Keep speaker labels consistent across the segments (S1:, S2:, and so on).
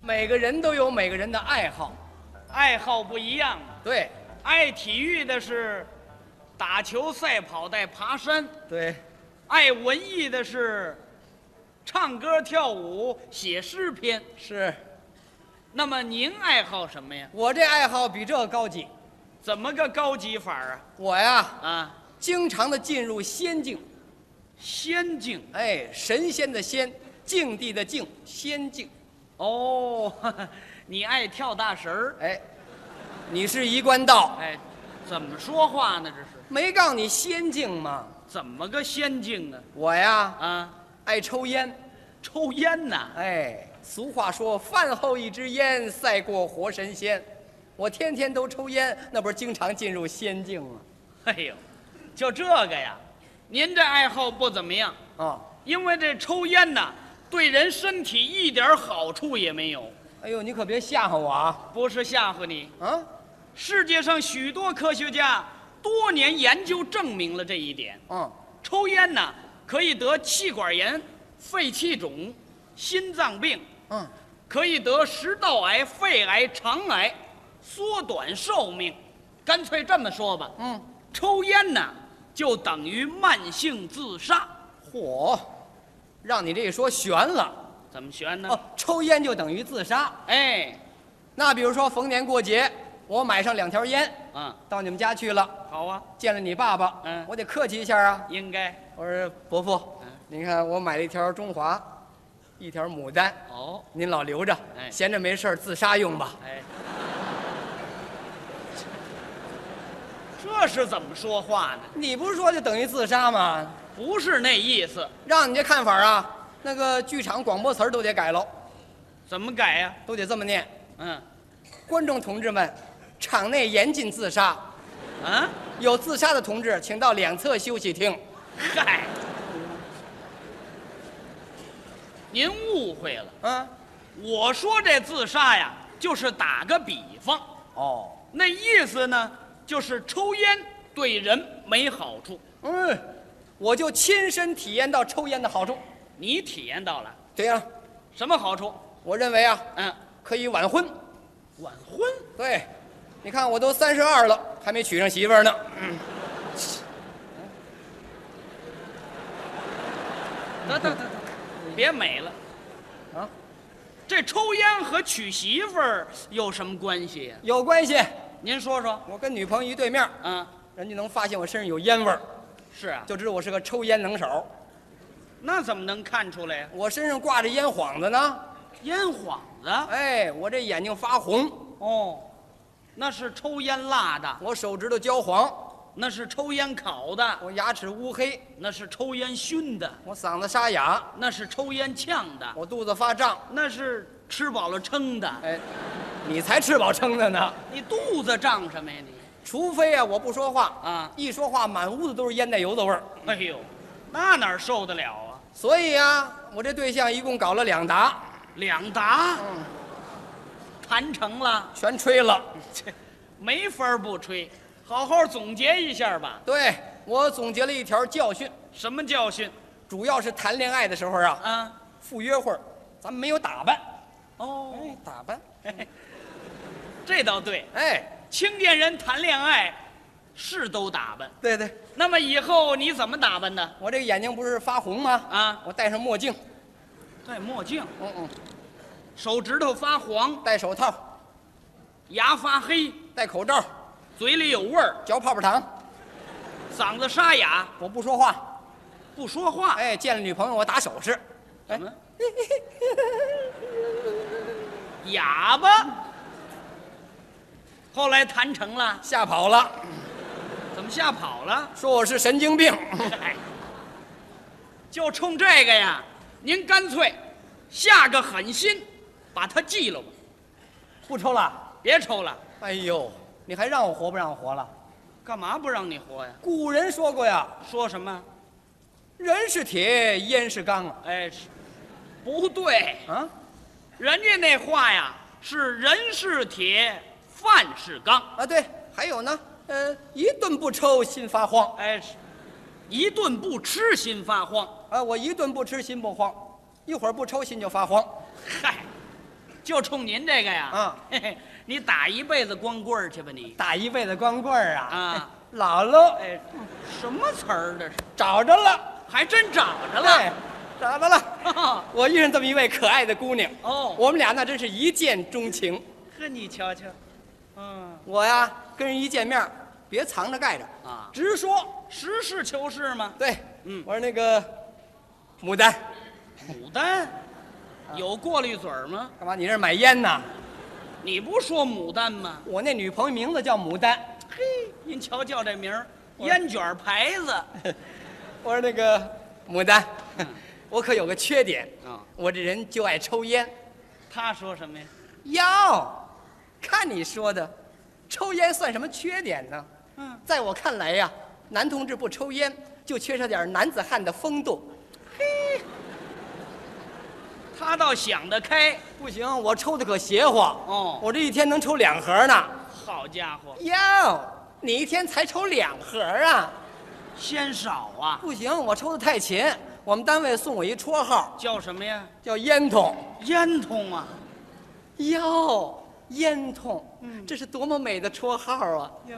S1: 每个人都有每个人的爱好，
S2: 爱好不一样。
S1: 对
S2: 爱体育的是打球、赛跑、带爬山；
S1: 对，
S2: 爱文艺的是唱歌、跳舞、写诗篇。
S1: 是
S2: 那么您爱好什么呀？
S1: 我这爱好比这个高级。
S2: 怎么个高级法儿
S1: 我呀，
S2: 啊？啊，
S1: 经常的进入仙境，
S2: 仙境
S1: 哎，神仙的仙，境地的境，仙境。
S2: 哦，哈哈你爱跳大神儿？
S1: 哎，你是一贯道，
S2: 哎，怎么说话呢？这是
S1: 没告诉你仙境吗？
S2: 怎么个仙境啊？
S1: 我呀，
S2: 啊，
S1: 爱抽烟。
S2: 抽烟呐？
S1: 哎，俗话说“饭后一支烟，赛过活神仙”。我天天都抽烟，那不是经常进入仙境吗？
S2: 哎呦，就这个呀？您这爱好不怎么样，
S1: 啊、
S2: 因为这抽烟呐，对人身体一点好处也没有。
S1: 哎呦，你可别吓唬我啊！
S2: 不是吓唬你，
S1: 啊，
S2: 世界上许多科学家多年研究证明了这一点。
S1: 嗯，
S2: 抽烟呢，可以得气管炎、肺气肿、心脏病，
S1: 嗯，
S2: 可以得食道癌、肺癌、肠癌，缩短寿命。干脆这么说吧，
S1: 嗯，
S2: 抽烟呢，就等于慢性自杀。
S1: 嚯，让你这一说悬了。
S2: 怎么悬呢？
S1: 哦，抽烟就等于自杀。
S2: 哎，
S1: 那比如说逢年过节，我买上两条烟，
S2: 嗯，
S1: 到你们家去了，
S2: 好啊，
S1: 见了你爸爸，
S2: 嗯
S1: 我得客气一下啊。
S2: 应该
S1: 我说伯父，
S2: 嗯
S1: 您看我买了一条中华，一条牡丹。
S2: 哦，
S1: 您老留着，
S2: 哎
S1: 闲着没事儿自杀用吧。
S2: 哎， 这是怎么说话呢？
S1: 你不是说就等于自杀吗？
S2: 不是那意思，
S1: 让你这看法啊，那个剧场广播词儿都得改喽，
S2: 怎么改呀、
S1: 都得这么念。
S2: 嗯，
S1: 观众同志们，场内严禁自杀，
S2: 啊，
S1: 有自杀的同志请到两侧休息厅。
S2: 嗨，您误会了，
S1: 啊，
S2: 我说这自杀呀，就是打个比方，
S1: 哦，
S2: 那意思呢，就是抽烟对人没好处，
S1: 嗯，我就亲身体验到抽烟的好处。
S2: 你体验到了
S1: 对呀、
S2: 什么好处？
S1: 我认为啊，
S2: 嗯，
S1: 可以晚婚。
S2: 晚婚。
S1: 对，你看我都三十二了，还没娶上媳妇儿呢。
S2: 得得得得，别美了。
S1: 啊，
S2: 这抽烟和娶媳妇儿有什么关系呀、
S1: 有关系，
S2: 您说说。
S1: 我跟女朋友一对面，
S2: 啊，
S1: 人家能发现我身上有烟味儿，
S2: 是啊，
S1: 就知道我是个抽烟能手。
S2: 那怎么能看出来呀、
S1: 我身上挂着烟幌子呢，
S2: 烟幌子。
S1: 哎，我这眼睛发红，
S2: 哦，那是抽烟辣的，
S1: 我手指头焦黄，
S2: 那是抽烟烤的，
S1: 我牙齿乌黑，
S2: 那是抽烟熏的，
S1: 我嗓子沙哑，
S2: 那是抽烟呛的，
S1: 我肚子发胀。
S2: 那是吃饱了撑的。
S1: 哎，你才吃饱撑的呢。
S2: 你肚子胀什么呀你？
S1: 除非啊，我不说话
S2: 啊
S1: 一说话满屋子都是烟袋油的味儿。
S2: 哎呦，那哪儿受得了啊？
S1: 所以啊，我这对象一共搞了两打，
S2: 两打，谈成了。
S1: 全吹了。
S2: 这没法不吹，好好总结一下吧。
S1: 对我总结了一条教训，
S2: 什么教训
S1: 主要是谈恋爱的时候啊，
S2: 啊？
S1: 赴约会儿咱们没有打扮。
S2: 哦，
S1: 哎，打扮，
S2: 这倒对，
S1: 哎，
S2: 青年人谈恋爱是都打扮。
S1: 对对，
S2: 那么以后你怎么打扮呢？
S1: 我这个眼睛不是发红吗？
S2: 啊，
S1: 我戴上墨镜，
S2: 戴墨镜，
S1: 嗯嗯，
S2: 手指头发黄，
S1: 戴手套，
S2: 牙发黑，
S1: 戴口罩，
S2: 嘴里有味儿，
S1: 嚼泡泡糖，
S2: 嗓子沙哑，
S1: 我不说话。
S2: 不说话。
S1: 哎，见了女朋友我打手势，
S2: 怎么？哑巴。后来谈成了，
S1: 吓跑了，
S2: 怎么吓跑了？
S1: 说我是神经病。
S2: 哎， 就冲这个呀，您干脆下个狠心，把他记了吧，
S1: 不抽了。
S2: 别抽了。
S1: 哎呦，你还让我活不让我活了？
S2: 干嘛不让你活呀？
S1: 古人说过呀，
S2: 说什么？
S1: 人是铁，烟是钢啊。
S2: 哎，是不对，
S1: 啊，
S2: 人家那话呀是人是铁，饭是钢。
S1: 啊对，还有呢，呃，一顿不抽心发慌，
S2: 哎，是一顿不吃心发慌。
S1: 啊，我一顿不吃心不慌，一会儿不抽心就发慌。
S2: 嗨，就冲您这个呀，
S1: 啊
S2: 嘿嘿，你打一辈子光棍儿去吧你
S1: 打一辈子光棍儿啊，
S2: 啊！
S1: 老喽，
S2: 哎，什么词儿这是？
S1: 找着了，
S2: 还真找着
S1: 对
S2: 了。，
S1: 找着了。 我遇上这么一位可爱的姑娘，
S2: 哦，
S1: 我们俩那真是一见钟情。
S2: 呵，你瞧瞧，嗯
S1: 我呀，跟人一见面，别藏着盖着，
S2: 啊，
S1: 直说。
S2: 实事求是嘛。
S1: 对，
S2: 嗯
S1: 我说那个牡丹，
S2: 牡丹有过滤嘴儿吗？
S1: 干嘛？你这是买烟呐？
S2: 你不说牡丹吗？
S1: 我那女朋友名字叫牡丹。
S2: 嘿，您瞧瞧这名儿，
S1: 我
S2: 烟卷儿牌子啊
S1: 我说那个嗯牡丹， 我可有个缺点，。
S2: 啊
S1: 我这人就爱抽烟。
S2: 他说什么呀？
S1: 哟，看你说的，抽烟算什么缺点呢？
S2: 嗯，
S1: 在我看来呀，男同志不抽烟就缺少点男子汉的风度。
S2: 他倒想得开。
S1: 不行，我抽的可邪乎。
S2: 哦
S1: 我这一天能抽两盒呢。
S2: 好家伙，
S1: 哟，你一天才抽两盒啊？
S2: 鲜少啊！
S1: 不行，我抽的太勤。我们单位送我一绰号
S2: 叫什么呀？
S1: 叫“烟筒
S2: 烟筒啊！”。
S1: 哟，烟筒，这是多么美的绰号啊！
S2: 哟，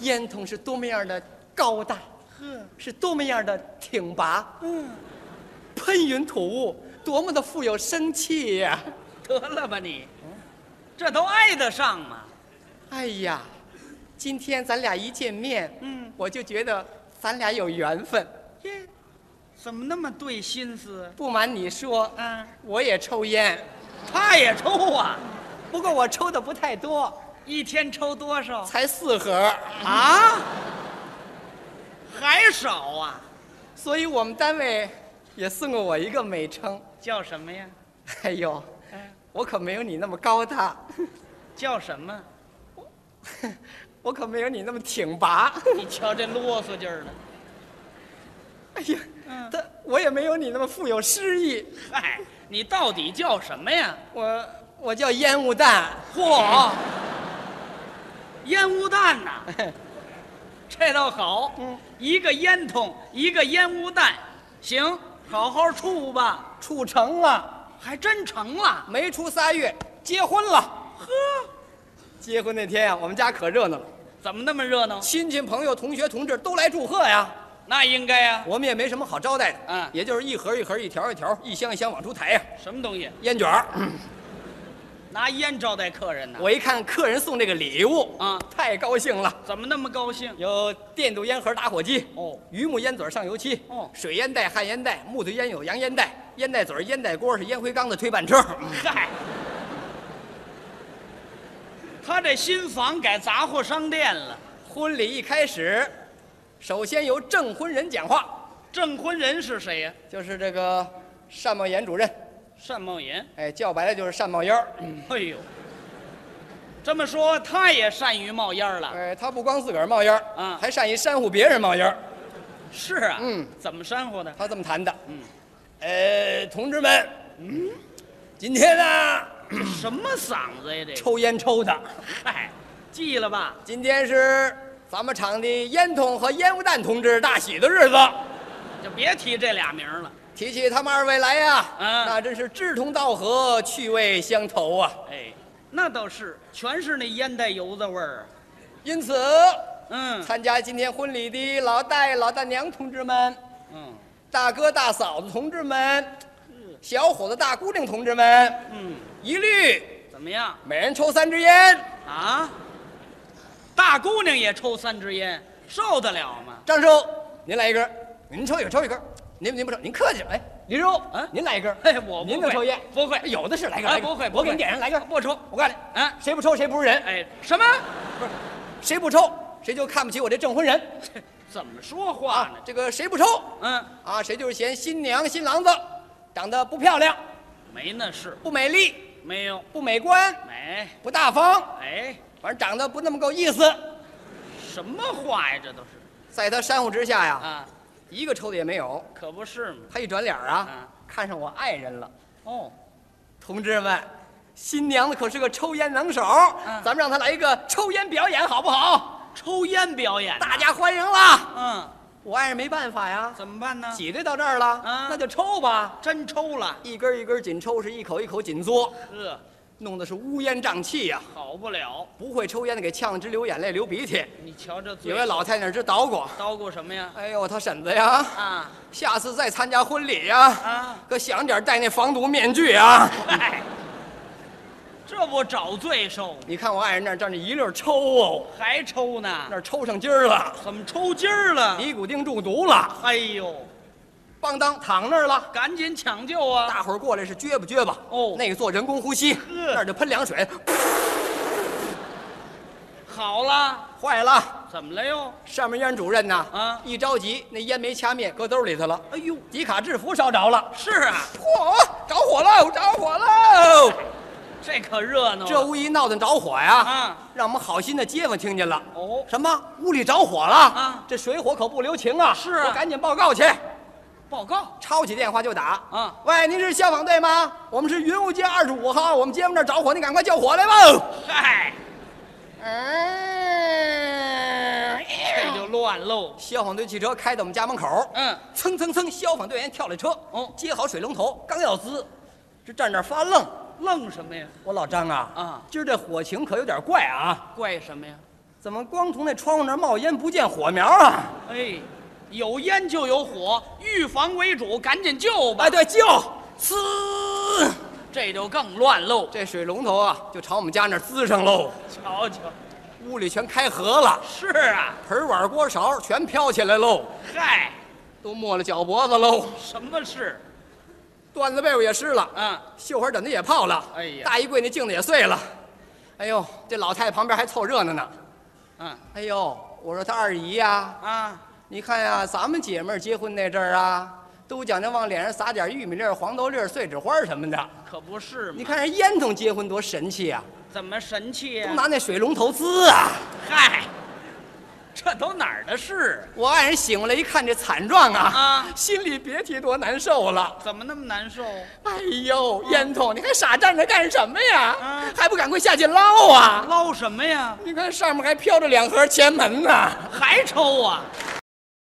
S1: 烟筒是多么样的高大，
S2: 呵，
S1: 是多么样的挺拔，
S2: 嗯，
S1: 喷云吐雾，多么的富有生气呀、
S2: 得了吧你，这都挨得上吗？
S1: 哎呀，今天咱俩一见面，
S2: 嗯，
S1: 我就觉得咱俩有缘分。
S2: 耶，怎么那么对心思？
S1: 不瞒你说，
S2: 啊，
S1: 我也抽烟，
S2: 他也抽啊，
S1: 不过我抽的不太多，
S2: 一天抽多少
S1: 才四盒，
S2: 啊？还少啊？
S1: 所以我们单位也送过我一个美称。
S2: 叫什么呀？
S1: 哎呦，
S2: 哎
S1: 我可没有你那么高大，
S2: 叫什么？
S1: 我可没有你那么挺拔。
S2: 你瞧这啰嗦劲儿的。
S1: 哎呀，
S2: 嗯
S1: 他我也没有你那么富有诗意。
S2: 嗨，你到底叫什么呀？
S1: 我我叫烟雾弹，
S2: 嚯，烟雾弹 呐、这倒好，
S1: 嗯
S2: 一个烟筒，一个烟雾弹，行，好好处吧，
S1: 处成了，
S2: 还真成了。
S1: 没出仨月结婚了。
S2: 呵，
S1: 结婚那天呀、我们家可热闹了，
S2: 怎么那么热闹？
S1: 亲戚朋友、同学、同志都来祝贺呀。
S2: 那应该啊呀、
S1: 我们也没什么好招待的，
S2: 嗯
S1: 也就是一盒一盒、一条一条、一箱一箱往出抬呀、
S2: 什么东西？
S1: 烟卷儿。
S2: 拿烟招待客人呢、
S1: 我一看客人送这个礼物，
S2: 啊，
S1: 太高兴了，
S2: 怎么那么高兴？
S1: 有电镀烟盒打火机，
S2: 哦，
S1: 榆木烟嘴上油漆，
S2: 哦
S1: 水烟袋、旱烟袋，木头烟有洋烟袋，烟袋嘴儿、烟袋锅是烟灰缸的推板 车。
S2: 嗨，他这新房改杂货商店了，
S1: 婚礼一开始，首先由证婚人讲话，
S2: 证婚人是谁呀、
S1: 就是这个单茂岩主任，
S2: 单茂岩。
S1: 哎，叫白了就是单茂烟儿。
S2: 哎呦，这么说他也善于冒烟儿了？
S1: 哎，他不光自个儿冒烟儿，
S2: 嗯
S1: 还善于煽乎别人冒烟儿。
S2: 是啊，
S1: 嗯，
S2: 怎么煽 乎的？
S1: 他这么谈的，
S2: 嗯，
S1: 呃，同志们，嗯，今天呢、
S2: 这什么嗓子呀？这个
S1: 抽烟抽的，
S2: 嗨，记了吧？
S1: 今天是咱们厂的烟筒和烟雾弹同志大喜的日子。
S2: 就别提这俩名儿了。
S1: 提起他们二位来呀、
S2: 嗯
S1: 那真是志同道合，趣味相投啊。
S2: 哎，那倒是，全是那烟袋油子味儿啊。
S1: 因此，
S2: 嗯
S1: 参加今天婚礼的老大爷、老大娘同志们，
S2: 嗯
S1: 大哥大嫂子同志们，小伙子大姑娘同志们，
S2: 嗯，
S1: 一律
S2: 怎么样
S1: 每人抽三支烟。
S2: 啊？大姑娘也抽三支烟，受得了吗？
S1: 张叔，您来一根儿，您抽一根儿，抽一根儿。您您不抽，您客气。哎，李叔，
S2: 嗯
S1: 您来一根儿。
S2: 嘿，我不
S1: 您能
S2: 会
S1: 抽烟？哎
S2: 不会
S1: 有的是来根儿。
S2: 啊
S1: 来根儿
S2: 不会不
S1: 我给
S2: 会
S1: 您点上来根儿。
S2: 不抽。
S1: 我告诉你，
S2: 啊，
S1: 谁不抽谁不是人，
S2: 哎，什么？
S1: 谁不抽谁就看不起我这证婚人
S2: 怎么说话
S1: 啊
S2: 呢！？
S1: 这个谁不抽
S2: 嗯，
S1: 啊，谁就是嫌新娘新郎子长得不漂亮、
S2: 没那事，
S1: 不美丽、
S2: 没有，
S1: 不美观、
S2: 没。
S1: 不大方，
S2: 哎，
S1: 反正长得不那么够意思。
S2: 什么话呀？这都是
S1: 在他煽乎之下呀，
S2: 啊，
S1: 一个抽的也没有。
S2: 可不是嘛。
S1: 他一转脸儿啊
S2: 嗯，
S1: 看上我爱人了。
S2: 哦，
S1: 同志们，新娘子可是个抽烟能手，
S2: 嗯
S1: 咱们让她来一个抽烟表演好不好？
S2: 抽烟表演。
S1: 大家欢迎啦！
S2: 嗯，
S1: 我爱人没办法呀，
S2: 怎么办呢？
S1: 挤兑到这儿了，
S2: 嗯
S1: 那就抽吧。
S2: 真抽了，
S1: 一根一根紧抽，是一口一口紧嘬。
S2: 呵，
S1: 弄得是乌烟瘴气呀、
S2: 好不了。
S1: 不会抽烟的给呛得直流眼泪、流鼻涕。
S2: 你瞧这嘴，
S1: 有位老太太直捣鼓，
S2: 叨咕什么呀？
S1: 哎呦，他婶子呀，
S2: 啊
S1: 下次再参加婚礼呀，
S2: 啊！
S1: 可想点戴那防毒面具啊！
S2: 嗨，这不找罪受吗？
S1: 你看我爱人那儿站着一溜儿抽哦，
S2: 还抽
S1: 那
S2: 呢？
S1: 儿抽上筋儿了，
S2: 怎么抽筋儿了？
S1: 尼古丁中毒了，
S2: 哎呦，
S1: 邦当躺那儿了。
S2: 赶紧抢救啊！
S1: 大伙儿过来是撅吧撅吧，
S2: 哦
S1: 那个做人工呼吸，那儿就喷凉水，
S2: 好了，
S1: 坏了，
S2: 怎么了又？
S1: 上面烟主任呐，
S2: 啊
S1: 一着急那烟没掐灭，搁兜里头了，
S2: 哎呦，
S1: 迪卡制服烧着了，
S2: 是啊，
S1: 嚯，着火喽，着火喽！
S2: 这可热闹了。
S1: 这屋一闹腾着火呀，
S2: 啊
S1: 让我们好心的街坊听见了，
S2: 哦，
S1: 什么屋里着火了？
S2: 啊
S1: 这水火可不留情啊！
S2: 是啊
S1: 我赶紧报告去，
S2: 报告
S1: 抄起电话就打。
S2: 啊！
S1: 喂，您是消防队吗？我们是云雾街二十五号，我们街坊这儿着火，你赶快救火来吧！
S2: 嗨，
S1: 嗯，
S2: 这就乱喽。
S1: 消防队汽车开到我们家门口，
S2: 嗯，
S1: 蹭蹭蹭，消防队员跳了车，
S2: 哦
S1: 接好水龙头，刚要滋，这站那儿发愣。
S2: 愣什么呀？
S1: 我老张啊，
S2: 啊
S1: 今儿这火情可有点怪啊，
S2: 怪什么呀？
S1: 怎么光从那窗户那儿冒烟不见火苗啊？
S2: 哎，有烟就有火，预防为主，赶紧救吧。
S1: 哎，对，就呲，
S2: 这就更乱喽。
S1: 这水龙头啊就朝我们家那儿滋上喽，
S2: 瞧瞧，
S1: 屋里全开合了，
S2: 是啊，
S1: 盆碗锅勺全飘起来喽，
S2: 嗨，
S1: 都没了脚脖子喽，
S2: 什么事？
S1: 缎子被窝也湿了，
S2: 啊，
S1: 绣花枕头也泡了，
S2: 哎呀
S1: 大衣柜那镜子也碎了，哎呦，这老太太旁边还凑热闹呢。
S2: 嗯
S1: 哎呦，我说她二姨呀、
S2: 啊，
S1: 你看呀、咱们姐妹儿结婚那阵儿啊，都讲究往脸上撒点玉米粒儿、黄豆粒儿、碎纸花儿什么的。
S2: 可不是
S1: 你
S2: 嘛，
S1: 看人烟囱结婚多神气啊，
S2: 怎么神气啊
S1: 都
S2: 呀、
S1: 拿那水龙头滋啊！
S2: 嗨，这都哪儿的事
S1: 我爱人醒过来一看这惨状
S2: 啊？
S1: 啊，
S2: 啊，
S1: 心里别提多难受了。
S2: 怎么那么难受？
S1: 哎呦，烟囱，你还傻站着干什么呀
S2: 嗯？
S1: 还不赶快下去捞啊！
S2: 捞什么呀？
S1: 你看上面还飘着两盒前门呢。
S2: 还抽啊？